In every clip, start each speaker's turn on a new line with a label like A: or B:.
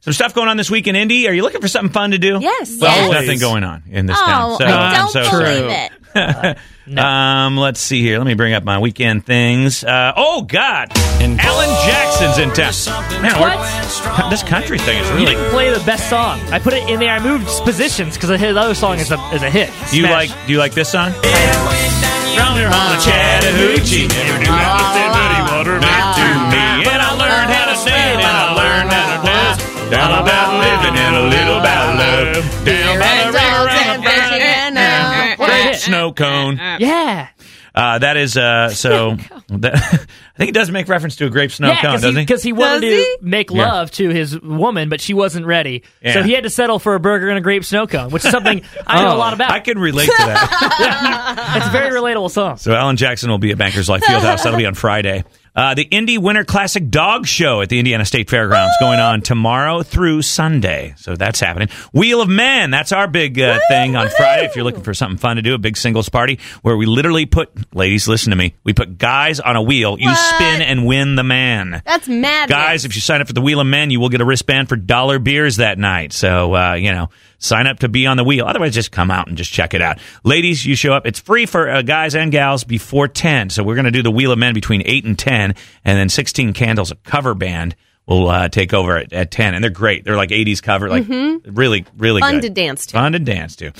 A: Some stuff going on this week in Indy. Are you looking for something fun to do?
B: Yes.
A: Well,
B: Yes.
A: there's nothing going on in this
B: Oh,
A: town. So
B: I
A: I'm
B: don't
A: so sorry.
B: believe it.
A: Um, let's see here. Let me bring up my weekend things. Uh, oh God, and Alan Jackson's in town. Man, we're- this country thing is
C: You
A: really.
C: didn't play the best song. I put it in there. I moved positions because the other song is a, is a hit.
A: Do you
C: Smash.
A: like? Do you like this song? From your home to Chattahoochee, never knew how much that muddy water meant to me. And I learned how to stand, and I learned how to dance. Down about living and a little about love. Down by the river and a great snow cone.
C: Yeah.
A: Uh, that is uh, so. That, I think he does make reference to a grape snow
C: yeah,
A: cone, doesn't he?
C: Because he, wanted
B: Does he?
C: to make
A: Yeah.
C: love to his woman, but she wasn't ready.
A: Yeah. Oh.
C: So he had to settle for a burger and a grape snow cone, which is something I know a lot about.
A: I can relate to that.
C: It's a very relatable song.
A: so Alan Jackson will be at Bankers Life Fieldhouse. That'll be on Friday. Uh, the Indy Winter Classic Dog Show at the Indiana State Fairgrounds going on tomorrow through Sunday. So that's happening. Wheel of Men, that's our big uh, thing on Friday. If you're looking for something fun to do, a big singles party where we literally put, ladies, listen to me, we put guys on a wheel. You
B: What?
A: spin and win the man.
B: That's mad.
A: Guys, if you sign up for the Wheel of Men, you will get a wristband for dollar beers that night. So, uh, you know, sign up to be on the wheel. Otherwise, just come out and just check it out. Ladies, you show up. It's free for uh, guys and gals before 10. So, we're going to do the Wheel of Men between 8 and 10, and then 16 Candles, a cover band, will uh, take over at, at 10. And they're great. They're like 80s cover, like really, really
B: Mm-hmm. Fun
A: good.
B: to dance to.
A: Fun to dance to.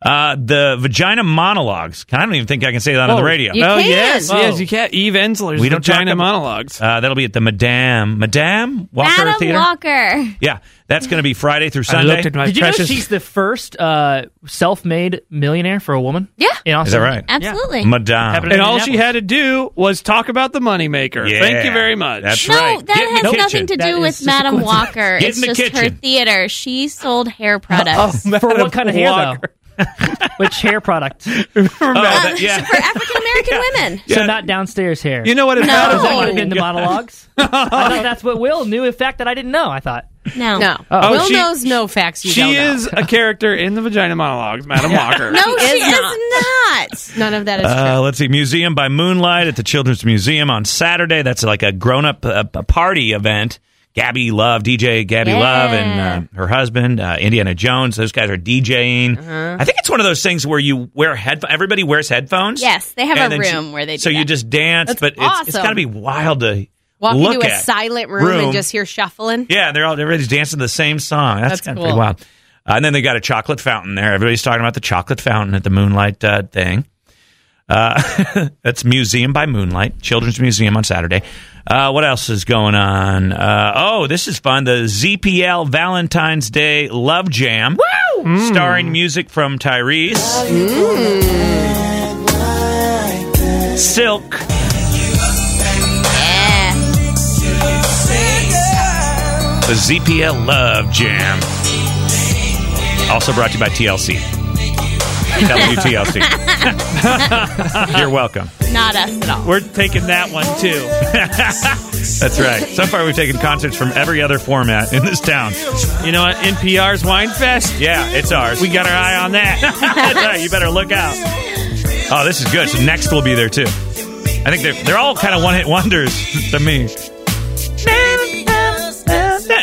A: Uh, the vagina monologues. I don't even think I can say that on
C: Whoa.
A: the radio.
B: You
D: oh
B: can.
D: yes,
B: Whoa.
D: yes, you can. Eve Ensler's
A: We
D: we
A: don't
D: don't
A: talk
D: China
A: about-
D: monologues.
A: Uh, that'll be at the Madame Madame Walker
E: Madam
A: Theater.
E: Walker.
A: Yeah, that's going to be Friday through
D: I
A: Sunday.
D: looked at my
C: Did you know
D: precious.
C: she's the first uh, self-made millionaire for a woman?
B: Yeah.
C: In
A: Is
C: Austin?
A: that right?
E: Absolutely.
A: Madame.
C: Happening-
D: and all she had to do was talk about the moneymaker.
A: Yeah.
D: Thank you very much.
A: That's
E: No,
A: right.
E: that
A: Get in
E: has
A: the
E: nothing
A: kitchen.
E: to do
C: That is
E: with
C: just
E: Madam
C: a coincidence.
E: Walker.
A: Get
E: it's
A: in the
E: just her
A: kitchen. Oh.
E: theater. She sold hair products.
C: For what kind of hair, though? Which hair product? So
A: Oh,
B: Uh,
A: that- yeah.
B: For African American women.
A: Yeah.
C: not downstairs hair.
D: You know what? If
E: No.
D: that
C: Is that
D: is-
C: what it did in the monologues? Oh. I thought that's what Will knew. In fact, that I didn't know. I thought.
E: No.
B: No.
D: Oh,
B: Will
D: she-
B: knows no facts you don't
D: she
B: know.
D: is a character in the vagina monologues, Madam Walker.
B: No, she,
E: Oh, is
B: is, not. None of that is
A: Uh, let's see. Museum by Moonlight at the Children's Museum on Saturday. That's like a grown up uh, p- party event. Gabby Love, DJ Gabby
E: Yeah.
A: Love, and uh, her husband, uh, Indiana Jones. Those guys are DJing.
E: Uh-huh.
A: I think it's one of those things where you wear headphones. Everybody wears headphones.
E: Yes, they have
A: And
E: a
A: then she-
E: room where they do
A: So you
E: that.
A: just dance,
B: That's
A: but it's, it's
B: awesome.
A: got to be wild to
B: Walk
A: look
B: into a
A: at.
B: silent room,
A: room.
B: and just hear shuffling.
A: Yeah, they're all everybody's dancing the same song. That's,
B: That's
A: kind of
B: cool.
A: pretty wild. Uh, and then they got a chocolate fountain there. Everybody's talking about the chocolate fountain at the Moonlight uh, thing. Uh, that's Museum by Moonlight, Children's Museum on Saturday. Uh, what else is going on? Uh, oh, this is fun. The ZPL Valentine's Day Love Jam. Woo! Starring music from Tyrese, Silk,
E: Yeah.
A: the ZPL Love Jam. Also brought to you by TLC. WTLC. You're welcome.
E: Not us at all.
D: We're taking that one too.
A: That's right. So far, we've taken concerts from every other format in this town.
D: You know what? NPR's Wine Fest.
A: Yeah, it's ours.
D: We got our eye on that.
A: That's right. You better look out. Oh, this is good. So next will be there too. I think they're they're all kind of one hit wonders to me.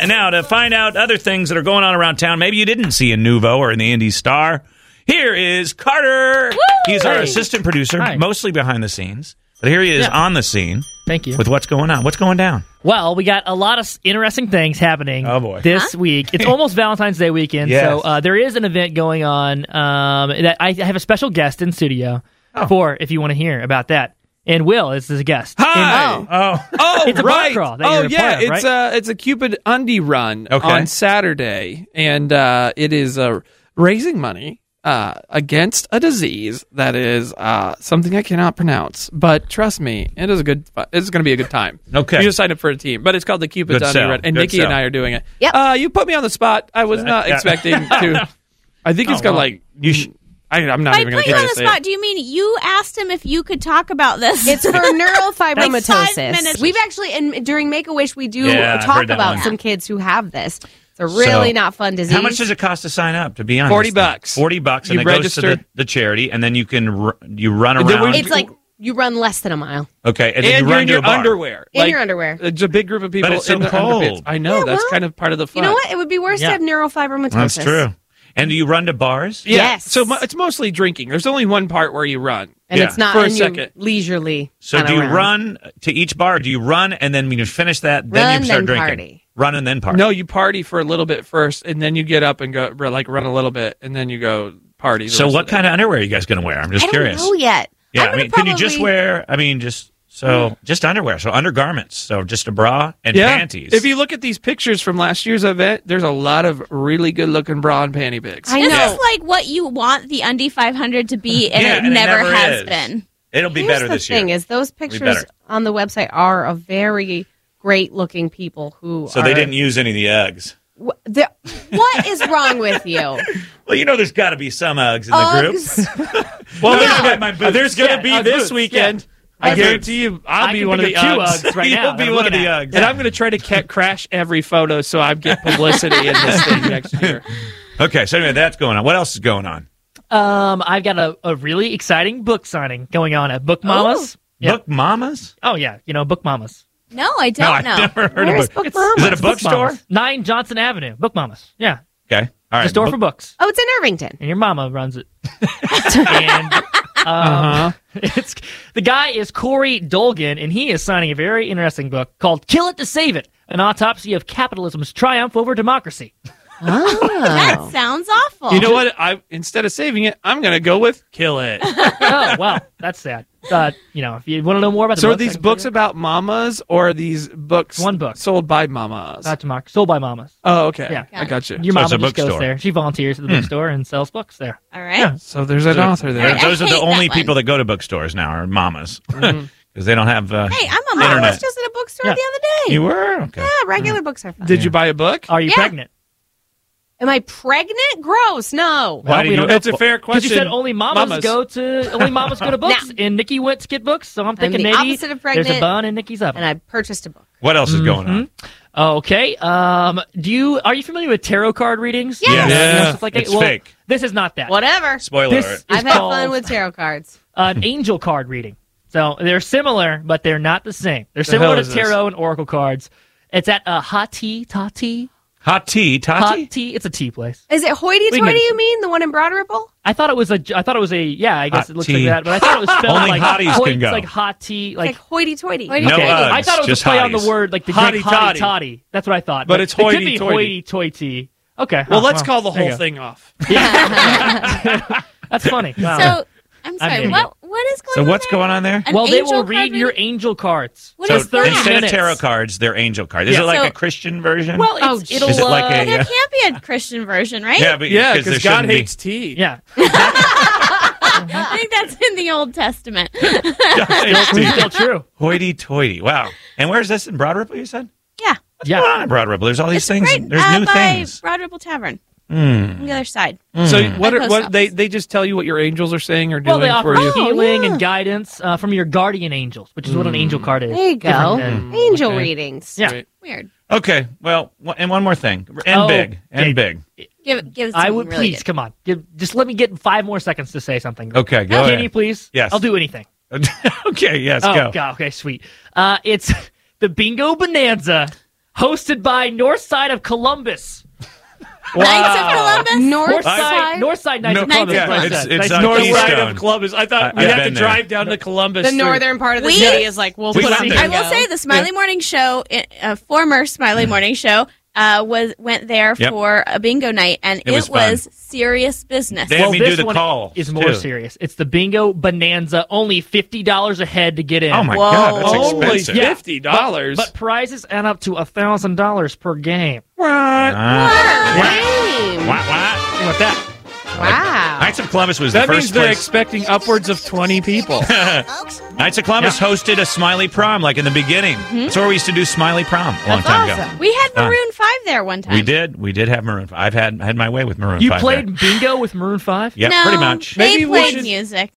A: Now to find out other things that are going on around town, maybe you didn't see in Nuvo or in the Indy Star. Here is Carter. He's our
C: Hey.
A: assistant producer,
C: Hi.
A: mostly behind the scenes, but here he is on the scene
C: Thank you.
A: with what's going on. What's going down?
C: Well, we got a lot of s- interesting things happening
A: Oh, boy.
C: this week. It's almost Valentine's Day weekend, so
A: Yes.
C: uh, there is an event going on um, that I have a special guest in studio
A: Oh.
C: for if you want to hear about that. And Will is the guest.
D: Hi.
B: Oh.
A: Oh,
D: Oh,
C: It's a bar
D: right.
C: crawl that
D: oh,
C: you're a
D: yeah.
C: part of,
D: it's a it's a Cupid Undie Run
A: Okay.
D: on Saturday, and uh, it is uh, raising money uh, against a disease that is uh, something I cannot pronounce. But trust me, it is a good. uh, It's going to be a good time.
A: Okay.
D: you just signed up for a team, but it's called the Cupid
A: Good
D: Undie
A: sell.
D: Run, and
A: Good
D: Nikki and
A: sell.
D: I are doing it.
B: Yep.
D: Uh, you put me on the spot. I was not
A: yeah. Oh,
D: expecting to. I think it's got
A: well,
D: like you. Sh- I, I'm not
E: By
D: even
E: put
D: going to
E: you
D: try
E: on the
D: to say
E: spot,
D: it.
E: do you mean you asked him if you could talk about this?
B: It's for
E: Like five
B: neurofibromatosis.
E: minutes.
B: We've actually, and during Make a Wish, we do
A: Yeah, I've
B: talk
A: heard that
B: about
A: one.
B: some kids who have this. It's a really
A: So,
B: not fun disease.
A: How much does it cost to sign up? To be honest,
D: 40 bucks.
A: Forty bucks, and
D: You
A: it goes to
D: register.
A: the, the charity, and then you can r- you run
D: Did we-
A: around.
D: It's
B: It's like You run less than a mile
A: Okay, and, then
D: and
A: you
D: you're
A: run
D: in
A: to
D: your
A: a bar.
D: underwear.
B: in
D: Like,
B: your underwear.
D: It's a big group of people.
A: But it's so
D: in their underpants.
A: cold.
D: I know
B: Yeah,
D: that's
B: well,
D: kind of part of the fun.
B: You know what? It would be worse
C: Yeah.
B: to have neurofibromatosis.
A: That's true. And do you run to bars?
D: Yeah.
B: Yes.
D: So mo- it's mostly drinking. There's only one part where you run.
B: And
A: Yeah.
B: it's not
D: For a
B: in your
D: second.
B: leisurely.
A: So
B: kinda
A: do you
B: round.
A: run to each bar? Do you run and then when you finish that, then
B: Run,
A: you start
B: then
A: drinking?
B: party.
A: Run and then party.
D: No, you party for a little bit first, and then you get up and go r- like run a little bit, and then you go party. the
A: So
D: rest
A: what
D: of
A: kind of underwear are you guys going to wear? I'm just
E: I don't
A: curious.
E: know yet.
A: Yeah,
E: I'm
A: I
E: gonna
A: mean, can you just
E: probably-
A: wear? I mean, just so just underwear, so undergarments, so just a bra and
D: it. Yeah.
A: panties.
D: If you look at these pictures from last year's event, there's a lot of really good looking bra and panty pics.
B: I
E: This
B: know.
E: is like what you want the Undy 500 to be, and
A: Yeah,
E: it
A: and it
E: never
A: never
E: has
A: is.
E: been.
A: It'll be
B: Here's
A: better
B: the
A: this
B: thing
A: year.
B: is those pictures
A: better.
B: on the website are of very great looking people who
A: So
B: are,
A: they didn't use any of the Uggs.
B: Wh- the- what is wrong with you
A: Well, you know, there's got to be some Uggs in the group.
B: Uggs,
A: Well,
D: there's gonna-
A: my
D: Uh, there's going to
C: Yeah,
D: be
C: uh,
D: this
C: boots,
D: weekend.
A: yeah.
D: I
A: Uh,
D: guarantee you, I'll
C: I
D: be
C: can
D: one of the
C: think of two
D: Uggs.
C: Uggs right now
A: You'll
C: that
A: be
C: I'm
A: one of the
C: looking at.
A: Uggs.
D: And I'm going to try to ca- crash every photo so I get publicity in this thing next year.
A: Okay, so anyway, that's going on. What else is going on?
C: Um, I've got a, a really exciting book signing going on at Book Mamas. Yeah.
A: Oh. Book mamas?
C: Oh yeah, you know Book Mamas.
E: No, I
A: no,
E: don't
A: I've
E: know.
A: never heard
B: Where's
A: of book.
B: Book Mama?
A: Is it a
C: It's Book
A: bookstore?
C: Mamas. Nine Johnson Avenue, Book Mamas. Yeah,
A: Okay, all
C: it's
A: right.
C: a store
A: book-
C: for books,
B: oh it's in irvington
C: and your mama runs it. and um,
D: Uh-huh.
C: it's the guy is Corey Dolgan, and he is signing a very interesting book called "Kill It to Save It: An Autopsy of Capitalism's Triumph Over Democracy." Ah.
B: Oh.
E: That sounds awful.
D: You know what? I instead of saving it, I'm going to go with kill it.
C: oh wow, that's sad. Uh, you know, if you want to know more about the
D: So are
C: book, I
D: these
C: can tell you.
D: books about mamas or are these books
C: One book.
D: sold by mamas?
C: about democracy, sold by mamas.
D: oh, okay.
C: Yeah.
D: I got you.
A: So
C: Your mama
A: it's a
C: just goes
A: bookstore.
C: there. She volunteers at the bookstore and sells books there.
E: All right.
C: Yeah.
D: So there's an author there.
E: Alright, I
A: Those are the
E: hate
A: only
E: that one.
A: people that go to bookstores now are mamas because
D: Mm-hmm.
A: they don't have. Uh,
E: Hey, I'm a
A: Internet.
E: mom.
B: i was just in a bookstore
C: Yeah.
B: the other day
A: you were Mm. okay.
B: yeah regular books are fun
D: Did you buy a book?
C: Are you
E: Yeah.
C: pregnant?
B: am i pregnant gross no
A: Why
C: Well,
A: do
C: we
A: you?
C: don't
D: That's a fair
C: Because you
D: question.
C: said only mamas,
D: Mamas.
C: go to only mamas go to books, and Nikki went to get books. So I'm thinking
B: the
C: maybe
B: opposite of
C: there's a
B: pregnant.
C: bun in Nikki's oven.
B: and i purchased a book
A: What else is
C: Mm-hmm.
A: going on?
C: Oh, okay. Um. Do you are you familiar with tarot card readings?
B: Yes.
C: You know,
A: Yeah.
C: stuff like that?
A: It's
C: Well,
A: fake.
C: This is not that.
B: whatever
A: Spoiler
C: This
A: alert.
C: is
B: i've had
C: called
B: fun with tarot cards
C: an angel card reading. So they're similar, but they're not the same. They're
D: hell
C: similar
D: is
C: to
D: this?
C: tarot and oracle cards. It's at uh, Hati Tati
A: Hot tea, Tati.
C: Hot tea. It's a tea place.
B: is it
C: We
B: hoity-toity
C: can-
B: you mean the one in broad ripple
C: I thought it was a. I thought it was a. Yeah, I guess
A: Hot
C: it looks
A: tea.
C: like that. But I thought it was spelled
A: Only
C: like
A: hotties
C: hoi-
A: can go.
C: It's like hot tea,
B: like,
C: like.
B: hoity-toity
E: Hoity-
A: No um,
E: Okay.
A: Uggs,
C: I thought it was
A: just
C: a play on the
A: hotties.
C: word like the
D: Hotty
C: Greek hotty
D: toddy.
C: toddy. That's what I thought.
D: But it's
C: it could be
D: hoity-toity.
C: hoity-toity. Okay.
D: well,
C: huh,
D: let's
C: Oh, well,
D: call the
C: there you
D: whole
C: go.
D: thing off.
C: That's funny. Wow.
E: So I'm sorry.
C: an
E: what what is going
A: So
E: on?
A: what's
E: there?
A: going on there?
E: An
C: well, they
E: angel
C: will
E: card
C: read your
E: reading?
C: angel cards.
E: What
A: so
E: is that?
A: instead of
C: minutes.
A: tarot cards, they're angel cards. Is
C: Yeah.
A: it like
E: So-
A: a Christian version?
C: Well,
B: Oh,
C: it's, it'll.
A: is it like
C: uh,
A: a- Yeah.
E: Well, there can't be a Christian version, right?
A: yeah, but
D: Yeah,
A: because
D: because God
A: be-
D: hates tea.
C: yeah.
E: I think that's in the Old Testament.
A: God hates tea.
C: It's still true.
A: Hoity toity. Wow. And where's this in Broad Ripple, you said?
E: yeah.
A: What's
C: Yeah.
A: going on in Broad Ripple? There's all these
E: It's
A: things.
E: right
A: There's
E: uh,
A: new
E: by
A: things.
E: Broad Ripple Tavern
A: Mm.
E: on the other side.
D: So
A: Hmm.
D: what
E: By
D: are
E: post
D: what they
E: office.
D: they just tell you what your angels are saying or
C: Well,
D: doing
C: they offer
D: for you?
C: healing and guidance uh, from your guardian angels, which is what
D: Mm.
C: an angel card is.
B: there you go
C: Different than-
B: angel
D: okay.
B: readings
C: Hmm. Yeah.
D: Right.
E: Weird.
A: Okay. Well, wh- and one more thing. And
C: Oh,
A: big. And
C: okay.
A: big.
E: Give give.
C: I would
E: something really
C: please
E: good.
C: come on. Give, just let me get five more seconds to say something.
A: Okay, go
C: Can
A: ahead.
C: you please?
A: Yes.
C: I'll do anything.
A: okay. Yes.
C: oh
A: go.
C: God. Okay. Sweet. Uh, it's the Bingo Bonanza, hosted by North Side of Columbus.
E: Knights of Columbus.
B: north
C: North Side.
B: side
C: North Side Knights
A: No,
C: of Columbus.
E: yeah,
C: is what I
A: it's-
C: said.
A: it's
C: Nice
A: not
C: to
D: North
C: meet you.
A: East uh,
D: side
A: Eastern.
D: of Columbus. I thought
A: I-
D: we'd
A: I've
D: have to
A: been there.
D: drive down to Columbus.
B: the
D: through-
B: northern part of the
E: We-
B: city is like we'll
A: We
B: put
A: went
B: on
A: there.
E: I will say the Smiley Morning Show, i- uh, former Smiley Morning Show, uh, was went there
A: Mm-hmm. Yep.
E: for a bingo night, and it,
A: It was
E: was,
A: fun.
E: serious business.
A: They-
C: Well,
A: Let me do
C: this
A: the
C: one
A: call,
C: is more
A: too.
C: serious. It's the Bingo Bonanza. Only fifty dollars a head to get in.
A: Oh, my
E: Whoa.
A: God. That's
D: Only
A: expensive.
C: Yeah.
D: fifty dollars.
C: But prizes add up to thousand dollars per game.
A: Ah.
B: Wow.
A: Wah, wah.
C: Think about that.
B: Wow.
A: Knights of Columbus was
D: that
A: the
D: means
A: first
D: they're
A: place.
D: expecting upwards of twenty people.
A: Knights of Columbus hosted a smiley prom, like in the beginning. That's where we used to do smiley prom a long
B: Mm-hmm. That's
A: time ago.
B: awesome.
E: we had
A: Ah.
E: Maroon Five there one time.
A: We did. We did have Maroon Five. I've had I had my way with Maroon
C: You
A: Five.
C: played
A: there.
C: bingo with Maroon Five.
A: Yeah,
E: no,
A: pretty much.
E: They
D: Maybe we
E: played
D: should-
E: music.